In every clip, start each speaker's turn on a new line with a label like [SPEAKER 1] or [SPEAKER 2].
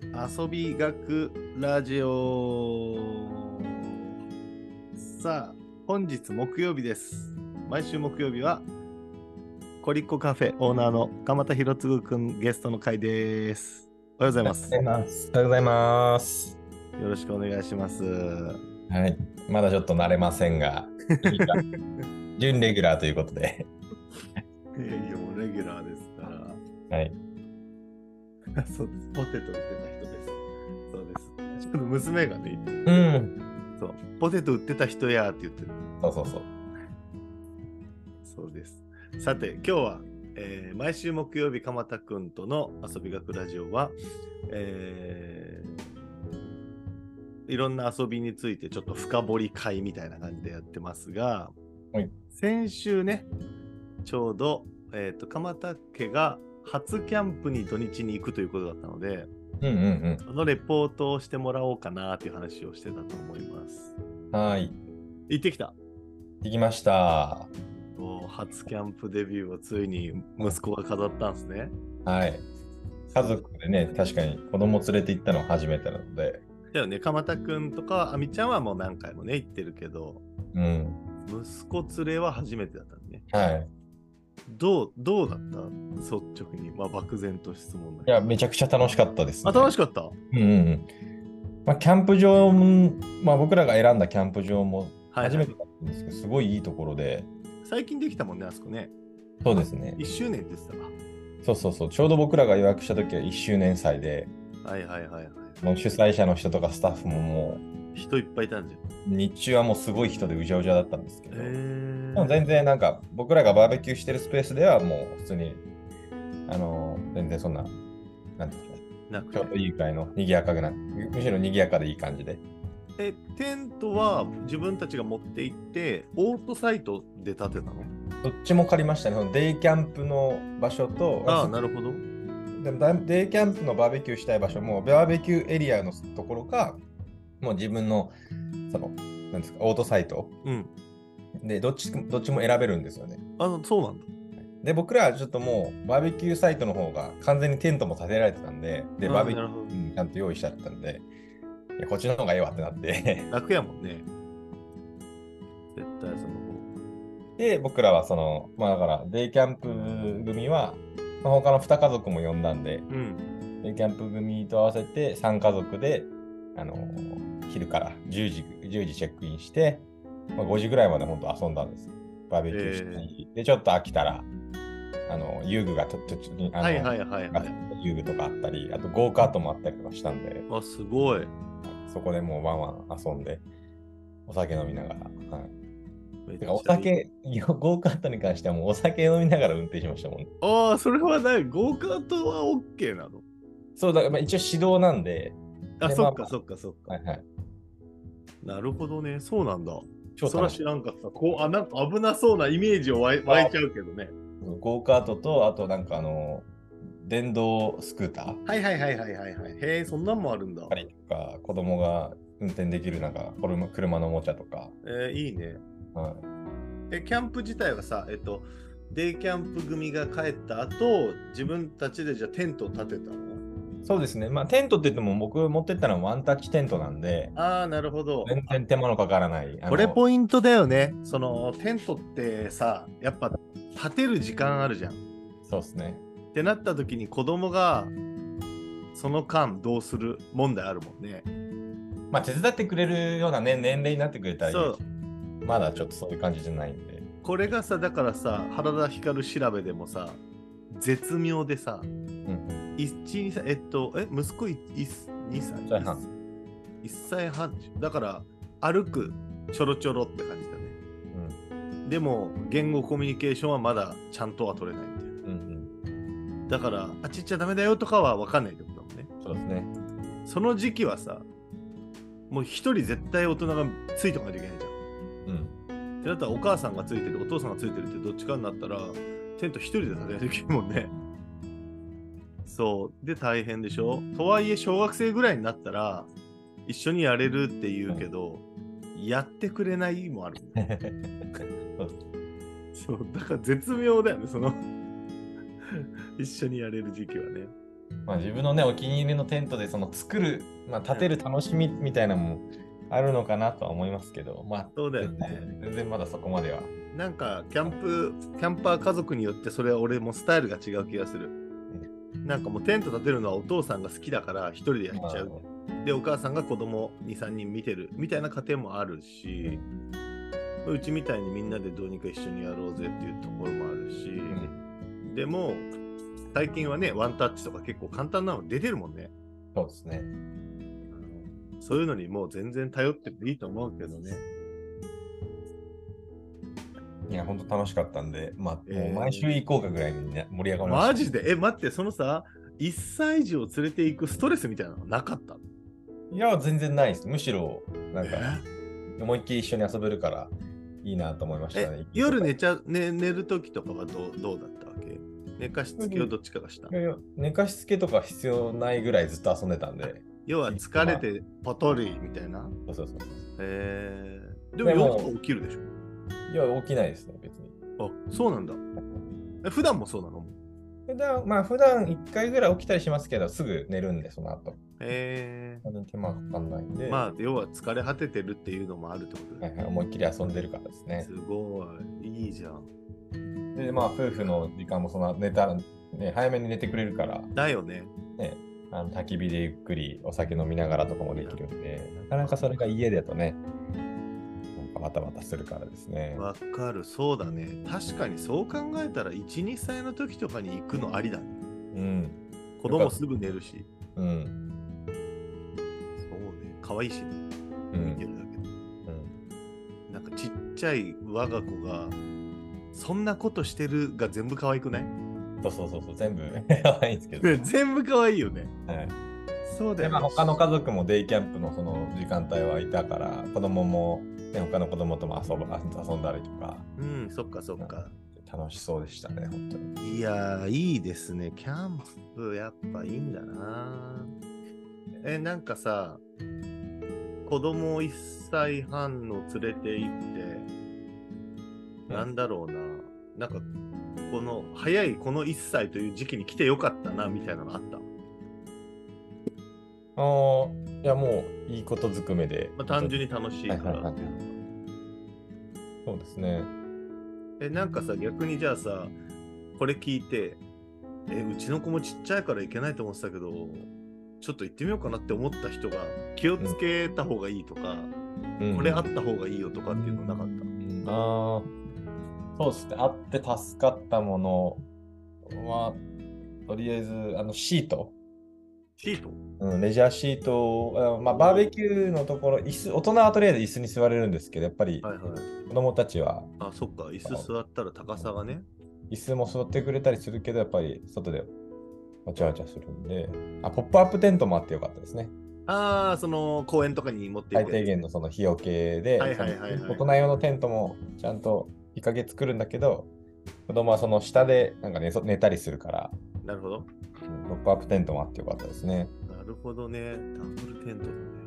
[SPEAKER 1] 遊び学ラジオさあ本日木曜日です毎週木曜日はコリッコカフェオーナーの鎌田博次くんゲストの会ですおはようございます
[SPEAKER 2] おはようございます。おはようございます。
[SPEAKER 1] よろしくお願いします
[SPEAKER 2] はい。まだちょっと慣れません が、いいか準レギュラーということで。
[SPEAKER 1] いやいやもうレギュラーですから
[SPEAKER 2] はい。
[SPEAKER 1] あ そうですポテト売ってた人ですそうですちょっと娘がね
[SPEAKER 2] うん。
[SPEAKER 1] そうポテト売ってた人やーって言ってる
[SPEAKER 2] そうそうそう。
[SPEAKER 1] そうです。さて、今日は、えー毎週木曜日、鎌田くんとの遊び学ラジオは、えーいろんな遊びについてちょっと深掘り会みたいな感じでやってますが、
[SPEAKER 2] はい
[SPEAKER 1] 先週ね、ちょうど、えー、と鎌田家が初キャンプに土日に行くということだったので、
[SPEAKER 2] うんうん
[SPEAKER 1] そのレポートをしてもらおうかなという話をしてたと思います。
[SPEAKER 2] うん。はい。
[SPEAKER 1] 行ってきた
[SPEAKER 2] できました。
[SPEAKER 1] もう初キャンプデビューをついに息子が飾ったんですね。
[SPEAKER 2] はい。家族でね、確かに子供連れて行ったの初めてなので。
[SPEAKER 1] だよね、鎌田くんとか、あみちゃんはもう何回もね、行ってるけど、
[SPEAKER 2] うん。
[SPEAKER 1] 息子連れは初めてだったのね。
[SPEAKER 2] はい。
[SPEAKER 1] どう、どうだった率直に。まあ、漠然と質問だ
[SPEAKER 2] い
[SPEAKER 1] けど。
[SPEAKER 2] や、めちゃくちゃ楽しかったです、ね。
[SPEAKER 1] あ、楽しかった
[SPEAKER 2] うんうんうん。まあ、キャンプ場も、まあ、僕らが選んだキャンプ場も
[SPEAKER 1] はい
[SPEAKER 2] 初めてだったんですけど、すごいいいところで、
[SPEAKER 1] 最近できたもんね、あそこね。
[SPEAKER 2] そうですね。
[SPEAKER 1] 1周年って言ってたわ。
[SPEAKER 2] そうそうそう、ちょうど僕らが予約した時は1周年祭で、
[SPEAKER 1] はいはいはいはい。
[SPEAKER 2] もう主催者の人とかスタッフもも
[SPEAKER 1] 人いっぱいいたんじゃん。
[SPEAKER 2] う、日中はもうすごい人でうじゃうじゃだったんですけど、
[SPEAKER 1] え
[SPEAKER 2] でも全然なんか、僕らがバーベキューしてるスペースではもう普通に、あのー全然そんな、なんていうか、
[SPEAKER 1] なく
[SPEAKER 2] ちょうどいいくらいの賑やかな、むむしろ賑やかでいい感じで。
[SPEAKER 1] え、テントは自分たちが持って行って、オートサイトで建てたの
[SPEAKER 2] どっちも借りましたね、そのデイキャンプの場所と、
[SPEAKER 1] ああ、なるほど。
[SPEAKER 2] でもだデイキャンプのバーベキューしたい場所もバーベキューエリアのところか、もう自分のそのなんですかオートサイト
[SPEAKER 1] うん。
[SPEAKER 2] でどっちどっちも選べるんですよね。
[SPEAKER 1] あの、そうなんだ。
[SPEAKER 2] で僕らはちょっともうバーベキューサイトの方が完全にテントも建てられてたんで、で
[SPEAKER 1] うん
[SPEAKER 2] バーベキ
[SPEAKER 1] なる
[SPEAKER 2] ュ
[SPEAKER 1] ほど
[SPEAKER 2] ーうんちゃんと用意しちゃったんで、いやこっちの方がいいわってなって、
[SPEAKER 1] 楽やもんね。絶対その方
[SPEAKER 2] で僕らはそのまあだからデイキャンプ組はまあ他の2家族も呼んだんで、
[SPEAKER 1] うん。
[SPEAKER 2] でキャンプ組と合わせて3家族で、あのー昼から10時 ,10 時チェックインして、まあ、5時ぐらいまで本当遊んだんですよバーベキューしたり、でちょっと飽きたら、あの遊具がととちょっとあの、
[SPEAKER 1] はいはいはいはい。
[SPEAKER 2] 遊具とかあったりあとゴーカートもあったりとかしたんで
[SPEAKER 1] あ、すごい。
[SPEAKER 2] そこでもうワンワン遊んでお酒飲みながら、はい、
[SPEAKER 1] めってち
[SPEAKER 2] か
[SPEAKER 1] ゃ
[SPEAKER 2] お酒 いやゴーカートに関してはもうお酒飲みながら運転しましたもん
[SPEAKER 1] ああ、それはない。ゴーカートは OK なの。
[SPEAKER 2] そうだからまあ一応指導なんで、
[SPEAKER 1] あ、
[SPEAKER 2] で
[SPEAKER 1] そっ
[SPEAKER 2] まあま
[SPEAKER 1] か
[SPEAKER 2] あ
[SPEAKER 1] そっかそっか。
[SPEAKER 2] はいはい、
[SPEAKER 1] なるほどね。そうなんだ。
[SPEAKER 2] 超
[SPEAKER 1] そら
[SPEAKER 2] 楽しい
[SPEAKER 1] 知らんかった。こう、あ、なんか危なそうなイメージを湧い湧いちゃうけどね。
[SPEAKER 2] ゴーカートと、あとなんかあの、電動スクーター
[SPEAKER 1] はいはいはいはいはいはい。へえ、そんなんもあるんだ。
[SPEAKER 2] ありとか、子供が運転できるなんか、これも車のおもちゃとか、
[SPEAKER 1] えーいいね。
[SPEAKER 2] は
[SPEAKER 1] え、キャンプ自体はさ、えっと、デイキャンプ組が帰った後、自分たちでじゃあテントを建てたの
[SPEAKER 2] い。そうですね、まあテントって言っても僕持ってったのはワンタッチテントなんで、
[SPEAKER 1] ああ、なるほど。
[SPEAKER 2] 全然手間のかからない。あの
[SPEAKER 1] これポイントだよね。そのテントってさ、やっぱ立てる時間あるじゃん。っ
[SPEAKER 2] そうですね。
[SPEAKER 1] てなった時に子供がその間どうする問題あるもんね。
[SPEAKER 2] まあ手伝ってくれるような、ね、年齢になってくれたらいい
[SPEAKER 1] そう
[SPEAKER 2] まだちょっとそういう感じじゃないんで。
[SPEAKER 1] これがさ、だからさ、原田光調べでもさ、絶妙でさ、
[SPEAKER 2] うん
[SPEAKER 1] 一二歳、えっと、え、息子いい2歳
[SPEAKER 2] 一歳半
[SPEAKER 1] 1歳半。だから歩くちょろちょろって感じだね。
[SPEAKER 2] うん
[SPEAKER 1] でも言語コミュニケーションはまだちゃんとは取れないっていう。
[SPEAKER 2] うんうん
[SPEAKER 1] だから、あっち行っちゃダメだよとかは分かんないってことだもんね。
[SPEAKER 2] うんそうですね。
[SPEAKER 1] その時期はさ、もう一人絶対大人がついておかなきゃいけないじゃん。
[SPEAKER 2] うん。
[SPEAKER 1] ってなったらお母さんがついてる、お父さんがついてるってどっちかになったら、テント一人で立てないといけないもんね。そう。で、大変でしょとはいえ、小学生ぐらいになったら、一緒にやれるって言うけど、やってくれないもある、ね。 そう。だから絶妙だよね、その、一緒にやれる時期はね。
[SPEAKER 2] まあ、自分のね、お気に入りのテントで、その作る、まあ、建てる楽しみみたいなのもあるのかなとは思いますけど、まあ、
[SPEAKER 1] そうだよ
[SPEAKER 2] 全
[SPEAKER 1] ね。
[SPEAKER 2] 然全然まだそこまでは。
[SPEAKER 1] なんかキャンプキャンパー家族によってそれは俺もスタイルが違う気がする。なんかもうテント立てるのはお父さんが好きだから一人でやっちゃう。でお母さんが子供23人見てるみたいな家庭もあるしうちみたいにみんなでどうにか一緒にやろうぜっていうところもあるし、
[SPEAKER 2] うん
[SPEAKER 1] でも最近はねワンタッチとか結構簡単なの出てるもんね。
[SPEAKER 2] そうですね。
[SPEAKER 1] そういうのにもう全然頼ってもいいと思うけどね。
[SPEAKER 2] いや、本当楽しかったんで、まあ、
[SPEAKER 1] えー
[SPEAKER 2] もう毎週行こうかぐらいみんな盛り上がりました。
[SPEAKER 1] マジでえ待ってそのさ1歳児を連れていくストレスみたいなのなかった
[SPEAKER 2] いや、全然ないです。むしろ、なんか、
[SPEAKER 1] え
[SPEAKER 2] 思いっきり一緒に遊べるから、いいなと思いましたね
[SPEAKER 1] え。夜寝ちゃ、ね、寝るときとかはどうどうだったわけ寝かしつけをどっちかがした
[SPEAKER 2] い。やいや寝かしつけとか必要ないぐらいずっと遊んでたんで。
[SPEAKER 1] 要は疲れてポトリみたいな。
[SPEAKER 2] そうそうそうそ
[SPEAKER 1] えー、で
[SPEAKER 2] でも
[SPEAKER 1] も夜起きるでし
[SPEAKER 2] う。いや、起きないですね、別に。
[SPEAKER 1] ょ。あそうなんだ。え普段もそうなの
[SPEAKER 2] 普段、まあ、普段1回ぐらい起きたりしますけど、すぐ寝るんで、その後。
[SPEAKER 1] え
[SPEAKER 2] 全然手間かかんないんで、
[SPEAKER 1] ー、まあ要は疲れ果ててるっていうのもあるってこと
[SPEAKER 2] は
[SPEAKER 1] だ
[SPEAKER 2] い
[SPEAKER 1] よ
[SPEAKER 2] はい
[SPEAKER 1] ね。
[SPEAKER 2] 思いっきり遊んでるからですね
[SPEAKER 1] す。ごい。いいじゃん。
[SPEAKER 2] で、まあ、夫婦の時間もその寝たら、ね、早めに寝てくれるから、
[SPEAKER 1] だよね。
[SPEAKER 2] あの焚き火でゆっくりお酒飲みながらとかもできるんで、なかなかそれが家だとね、なんかバタバタするからですね。
[SPEAKER 1] わかる。そうだね。確かにそう考えたら1、2歳の時とかに行くのありだね。
[SPEAKER 2] うん。
[SPEAKER 1] 子供すぐ寝るし。
[SPEAKER 2] うん。
[SPEAKER 1] そうね。可愛いしね。
[SPEAKER 2] う
[SPEAKER 1] 見て
[SPEAKER 2] ん。
[SPEAKER 1] るだけで。
[SPEAKER 2] うん、
[SPEAKER 1] なんかちっちゃい我が子が、そんなことしてるが全部可愛くない
[SPEAKER 2] そうそうそうそう、全部 やばいんですけど。
[SPEAKER 1] 全部可愛いよね。
[SPEAKER 2] はい
[SPEAKER 1] そうだ
[SPEAKER 2] で
[SPEAKER 1] よ、
[SPEAKER 2] ま
[SPEAKER 1] ね
[SPEAKER 2] あ、。他の家族もデイキャンプのその時間帯はいたから子供も、ね、他の子供とも遊ぶ遊んだりとか
[SPEAKER 1] うん、そっかそっか。
[SPEAKER 2] 楽しそうでしたね本当に
[SPEAKER 1] いやー、いいですね。キャンプ、やっぱいいんだな。え、なんかさ、子供1歳半の連れて行って、なんだろうな。なんか、この、早いこの1歳という時期に来てよかったな、みたいなのあった。
[SPEAKER 2] ああいやもういいことずくめで、
[SPEAKER 1] まあ、単純に楽しいか
[SPEAKER 2] はいは
[SPEAKER 1] ら
[SPEAKER 2] いはい。そうですね
[SPEAKER 1] え、なんかさ、逆にじゃあさ、これ聞いて、え、うちの子もちっちゃいから行けないと思ってたけど、ちょっと行ってみようかなって思った人が気をつけた方がいいとか、
[SPEAKER 2] うん
[SPEAKER 1] これあった方がいいよとかっていうのなかった。
[SPEAKER 2] うんああそうですねあって助かったものはとりあえずあのシート、
[SPEAKER 1] シート
[SPEAKER 2] うん、レジャーシートを、あまあ、バーベキューのところ椅子大人はとりあえず椅子に座れるんですけどやっぱり
[SPEAKER 1] はいはい。
[SPEAKER 2] 子供たちは
[SPEAKER 1] あ、そっか、椅子座ったら高さがね。
[SPEAKER 2] 椅子も座ってくれたりするけど、やっぱり外でわちゃわちゃするんで、あポップアップテントもあってよかったですね。
[SPEAKER 1] ああ、その公園とかに持って
[SPEAKER 2] 最
[SPEAKER 1] 行く
[SPEAKER 2] 低
[SPEAKER 1] やつ。
[SPEAKER 2] 限のその日よけで、
[SPEAKER 1] はいはいはいはい
[SPEAKER 2] その大人用のテントもちゃんと日陰作るんだけど、子供はその下でなんか寝そ寝たりするから、
[SPEAKER 1] なるほど。
[SPEAKER 2] うんポップアップテントもあってよかったですね。
[SPEAKER 1] なるほどね。ダブルテントだね。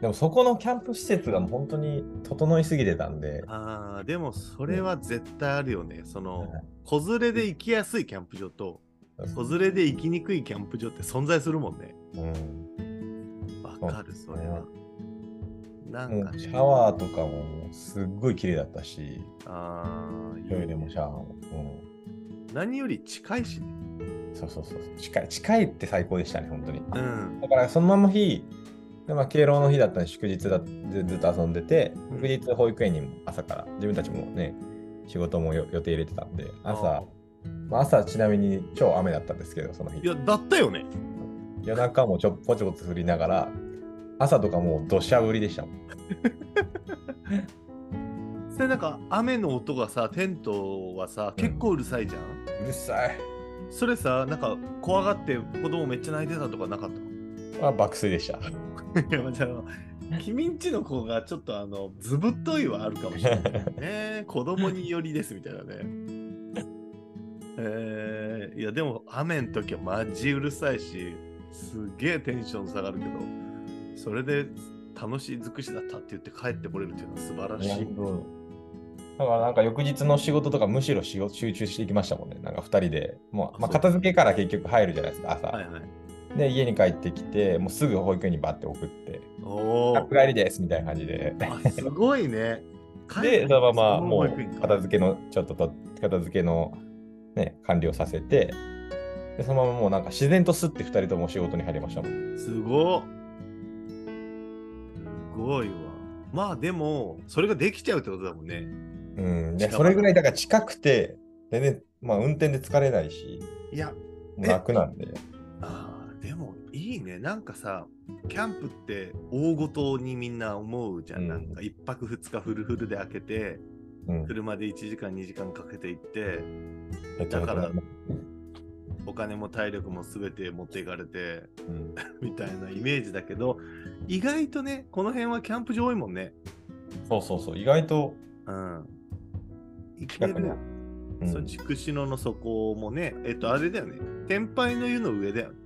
[SPEAKER 2] でもそこのキャンプ施設がもう本当に整いすぎてたんで、
[SPEAKER 1] ああ、でもそれは絶対あるよね。その
[SPEAKER 2] は、
[SPEAKER 1] 子連れで行きやすいキャンプ場と、子連れで行きにくいキャンプ場って存在するもんね。
[SPEAKER 2] うん、
[SPEAKER 1] わかる、それは。なん
[SPEAKER 2] も
[SPEAKER 1] か
[SPEAKER 2] う
[SPEAKER 1] ね、
[SPEAKER 2] シャワーとかももうすっごい綺麗だったし、
[SPEAKER 1] あーいい
[SPEAKER 2] トイレもシャワーも。うん
[SPEAKER 1] 何より近いしね。
[SPEAKER 2] そうそうそうそう。近い、近いって最高でしたね、本当に。
[SPEAKER 1] うん。
[SPEAKER 2] だから、そのまま日、でまあ、敬老の日だったんで、祝日だずずっと遊んでて、
[SPEAKER 1] うん
[SPEAKER 2] 翌日保育園にも朝から、自分たちもね、仕事もよ予定入れてたんで、朝、まあ、朝ちなみに超雨だったんですけど、その日
[SPEAKER 1] い。や、だったよね。
[SPEAKER 2] 夜中もちょぽちょぽち降りながら、朝とかもう土砂降りでしたもん。
[SPEAKER 1] それなんか雨の音がさ、テントはさ、結構うるさいじゃん。
[SPEAKER 2] うるさい。
[SPEAKER 1] それさ、なんか怖がって子供めっちゃ泣いてたとかなかった
[SPEAKER 2] まあ、爆睡で した。
[SPEAKER 1] いや、まあじゃあ、君んちの子がちょっとあの、ずぶっといはあるかもしれないね。子供によりですみたいなね。えーいや、でも雨の時はマジうるさいし、すげえテンション下がるけど、それで楽しい尽くしだったって言って帰ってこれるっていうのは素晴らしい。
[SPEAKER 2] うんだからなんか翌日の仕事とかむしろ仕事集中していきましたもんね。なんか2人で、も
[SPEAKER 1] あ
[SPEAKER 2] う、ま
[SPEAKER 1] そう
[SPEAKER 2] あ、片付けから結局入るじゃないですか、朝。
[SPEAKER 1] はいはい。
[SPEAKER 2] で、家に帰ってきて、もうすぐ保育園にバッて送って、
[SPEAKER 1] お
[SPEAKER 2] あ
[SPEAKER 1] お。
[SPEAKER 2] 帰りですみたいな感じで。
[SPEAKER 1] あすごいね。
[SPEAKER 2] で、そのままもう片
[SPEAKER 1] け。
[SPEAKER 2] 付けの、ちょっとと片付けの、ね、完了させて、で、そのままもうなんか自然とすって2人とも仕事に入りましたもん。
[SPEAKER 1] すごっすごいわ。まあでも、それができちゃうってことだもんね。
[SPEAKER 2] うん。
[SPEAKER 1] 近
[SPEAKER 2] で、
[SPEAKER 1] 場
[SPEAKER 2] それぐらいだから近くて、全然、まあ運転で疲れないし、
[SPEAKER 1] いや、
[SPEAKER 2] もう楽なんで。
[SPEAKER 1] あーでもいいね。なんかさ、キャンプって大ごとにみんな思うじゃん。
[SPEAKER 2] うん
[SPEAKER 1] なんか1泊2日フルフルで開けて、
[SPEAKER 2] うん。
[SPEAKER 1] 車で1時間2時間かけて行って、
[SPEAKER 2] えっと
[SPEAKER 1] だから
[SPEAKER 2] う
[SPEAKER 1] お金も体力も全て持っていかれて、
[SPEAKER 2] ん、
[SPEAKER 1] みたいなイメージだけど、意外とね、この辺はキャンプ場多いもんね。
[SPEAKER 2] そうそうそう、意外と
[SPEAKER 1] うん。行け
[SPEAKER 2] 近くに
[SPEAKER 1] る
[SPEAKER 2] あ。る。
[SPEAKER 1] そううん筑紫野の底もね、えっと、あれだよね。天杯の湯の上だよね。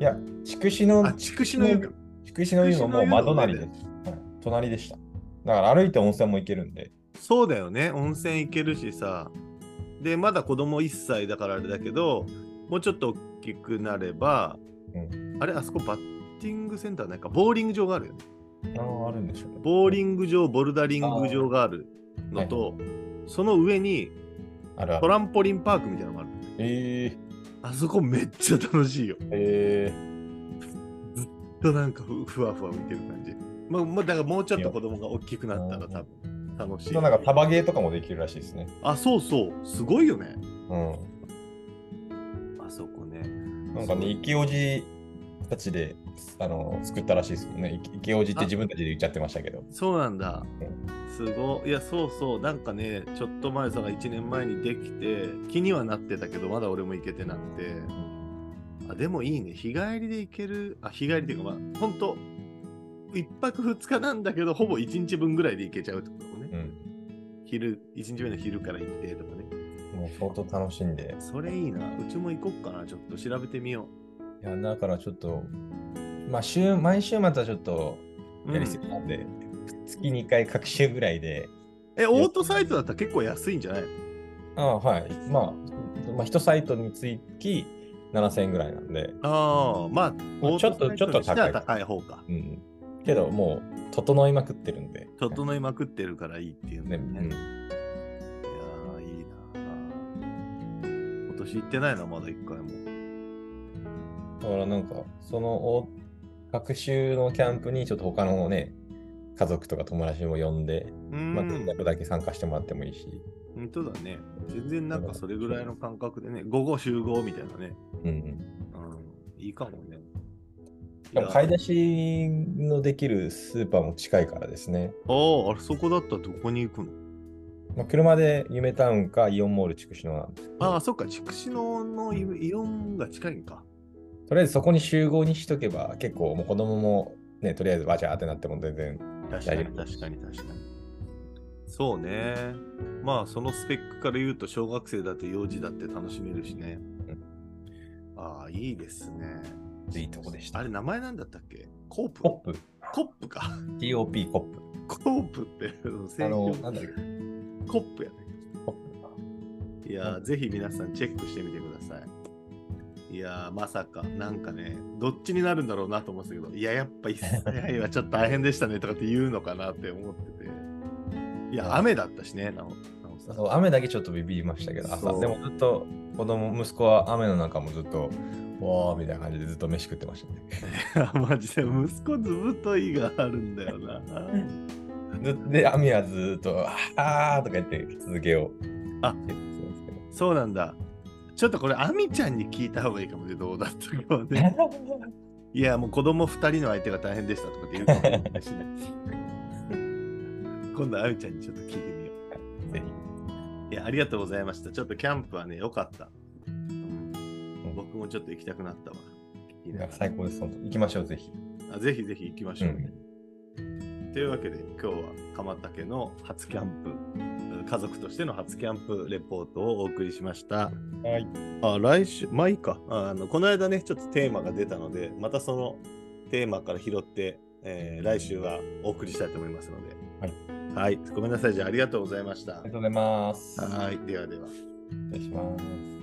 [SPEAKER 2] いや、筑紫の
[SPEAKER 1] あ、筑紫の湯か。
[SPEAKER 2] 筑紫の湯のもう窓なりです、はい隣でした。だから歩いて温泉も行けるんで。
[SPEAKER 1] そうだよね。温泉行けるしさ。で、まだ子供1歳だからあれだけど、もうちょっと大きくなれば、
[SPEAKER 2] う
[SPEAKER 1] あれ、あそこバッティングセンターないか、ボーリング場があるよね。
[SPEAKER 2] ああ、あるんでしょう、
[SPEAKER 1] ボーリング場、ボルダリング場があるのと、その上に
[SPEAKER 2] あるあ
[SPEAKER 1] ト
[SPEAKER 2] る。
[SPEAKER 1] ランポリンパークみたいなのがある。
[SPEAKER 2] え
[SPEAKER 1] あそこめっちゃ楽しいよ。
[SPEAKER 2] ー、えー、
[SPEAKER 1] となんかふふわふわ見てる感じ。まあ、まあ、だからもうちょっと子供が大きくなったら多分楽しい。
[SPEAKER 2] ちょっとなんかタバゲーとかもできるらしいですね。
[SPEAKER 1] あ、そうそう。すごいよね。
[SPEAKER 2] う
[SPEAKER 1] あそこね。
[SPEAKER 2] ん。なんかね、生きおじたちで、あの、作ったらしいですもんね。生き生きおじって自分たちで言っちゃってましたけど。
[SPEAKER 1] そうなんだ。すごい。いや、そうそう。なんかね、ちょっと前さ、1年前にできて、気にはなってたけど、まだ俺も行けてなくて。あ、でもいいね。日帰りで行ける。あ、日帰りっていうか、まあ、ほんと、1泊2日なんだけど、ほぼ1日分ぐらいで行けちゃうってことね。
[SPEAKER 2] うん。
[SPEAKER 1] 昼、1日目の昼から行ってとかね。
[SPEAKER 2] もう相当楽しんで。
[SPEAKER 1] それいいな。うちも行こっかな。ちょっと調べてみよ
[SPEAKER 2] いや、だからちょっと、まあ、週、毎週末はちょっと、
[SPEAKER 1] う。
[SPEAKER 2] やりすぎなんで、月2回各週ぐらいで、
[SPEAKER 1] え、オートサイトだったら結構安いんじゃない
[SPEAKER 2] ああはい、まあ、まあ、1サイトにつき7000円ぐらいなんで、
[SPEAKER 1] ああ、まあ、
[SPEAKER 2] まあちょっと
[SPEAKER 1] オートサイトにしては
[SPEAKER 2] ちょっと
[SPEAKER 1] 高い方か。
[SPEAKER 2] うん。けど、もう、整いまくってるんで。
[SPEAKER 1] 整いまくってるからいいっていうね。
[SPEAKER 2] ね、うん
[SPEAKER 1] いや。ー、いいなー。今年行ってないな、まだ一回も。
[SPEAKER 2] だからなんか、その、お各週のキャンプに、ちょっと他のね、家族とか友達も呼んで、
[SPEAKER 1] うー
[SPEAKER 2] まあ、
[SPEAKER 1] ん、
[SPEAKER 2] 見学だけ参加してもらってもいいし、
[SPEAKER 1] 本当だね。全然なんかそれぐらいの感覚でね、午後集合みたいなね。
[SPEAKER 2] うん。
[SPEAKER 1] うん、いいかもね。
[SPEAKER 2] でも、買い出しのできるスーパーも近いからですね。
[SPEAKER 1] ああ、あそこだったらどこに行くの
[SPEAKER 2] まあ、車で夢タウンかイオンモール筑紫野なんですけど
[SPEAKER 1] ああ、そっか、筑紫野のイイオンが近いんか。
[SPEAKER 2] とりあえずそこに集合にしとけば、結構もう子供もね、とりあえずわちゃーってなっても全然。
[SPEAKER 1] 確かに
[SPEAKER 2] 大丈夫
[SPEAKER 1] 確かに確かに。そうね。まあそのスペックから言うと小学生だって幼児だって楽しめるしね。ああ、いいですね。
[SPEAKER 2] いいとこでした
[SPEAKER 1] あれ名前なんだったっけコープ
[SPEAKER 2] コ
[SPEAKER 1] コ
[SPEAKER 2] ップ、
[SPEAKER 1] ップか。
[SPEAKER 2] TOP コップ。
[SPEAKER 1] コープって、
[SPEAKER 2] あの、
[SPEAKER 1] 専用
[SPEAKER 2] なんだっけ、
[SPEAKER 1] コップやね。
[SPEAKER 2] コップか。
[SPEAKER 1] いやー、ぜひ皆さんチェックしてみてください。いやー、まさか、なんかね、どっちになるんだろうなと思ってたけど、いや、やっぱ一切愛はちょっと大変でしたねとかって言うのかなって思ってて。いや、雨だったしね、なおなおさん。
[SPEAKER 2] そう雨だけちょっとビビりましたけど、
[SPEAKER 1] そ
[SPEAKER 2] 朝。
[SPEAKER 1] う
[SPEAKER 2] でもずっと子供、息子は雨の中もずっと、わーみたいな感じでずっと飯食ってましたね。
[SPEAKER 1] マジで息子ずぶといがあるんだよな。
[SPEAKER 2] ずで、雨はずっと、あーとか言って続けよう。
[SPEAKER 1] あ
[SPEAKER 2] 言ってたんですけど
[SPEAKER 1] そうなんだ。ちょっとこれ、アミちゃんに聞いた方がいいかもね、どうだったかはね。いや、もう子供2人の相手が大変でしたとかって言うかもしれ ないしね。今度、アミちゃんにちょっと聞いてみよう。
[SPEAKER 2] ぜ
[SPEAKER 1] いや、ありがとうございました。ちょっとキャンプはね、良かった。
[SPEAKER 2] ん
[SPEAKER 1] 僕もちょっと行きたくなったわ。聞き
[SPEAKER 2] ひ、
[SPEAKER 1] な
[SPEAKER 2] なん
[SPEAKER 1] が
[SPEAKER 2] から最高です、本当。行きましょう、ぜひ。
[SPEAKER 1] あぜひぜひ行きまし
[SPEAKER 2] う
[SPEAKER 1] ょうね
[SPEAKER 2] ん。
[SPEAKER 1] というわけで、今日は鎌田家の初キャンプ、家族としての初キャンプレポートをお送りしました。
[SPEAKER 2] はい。
[SPEAKER 1] あ、来週、まあいいか。ああのこの間ね、ちょっとテーマが出たので、またそのテーマから拾って、えー来週はお送りしたいと思いますので、
[SPEAKER 2] は
[SPEAKER 1] は
[SPEAKER 2] い
[SPEAKER 1] い。ごめんなさい。じゃあ、ありがとうございまし
[SPEAKER 2] あ
[SPEAKER 1] た
[SPEAKER 2] りが。とうございます。
[SPEAKER 1] はい。ではでは。
[SPEAKER 2] 失礼します。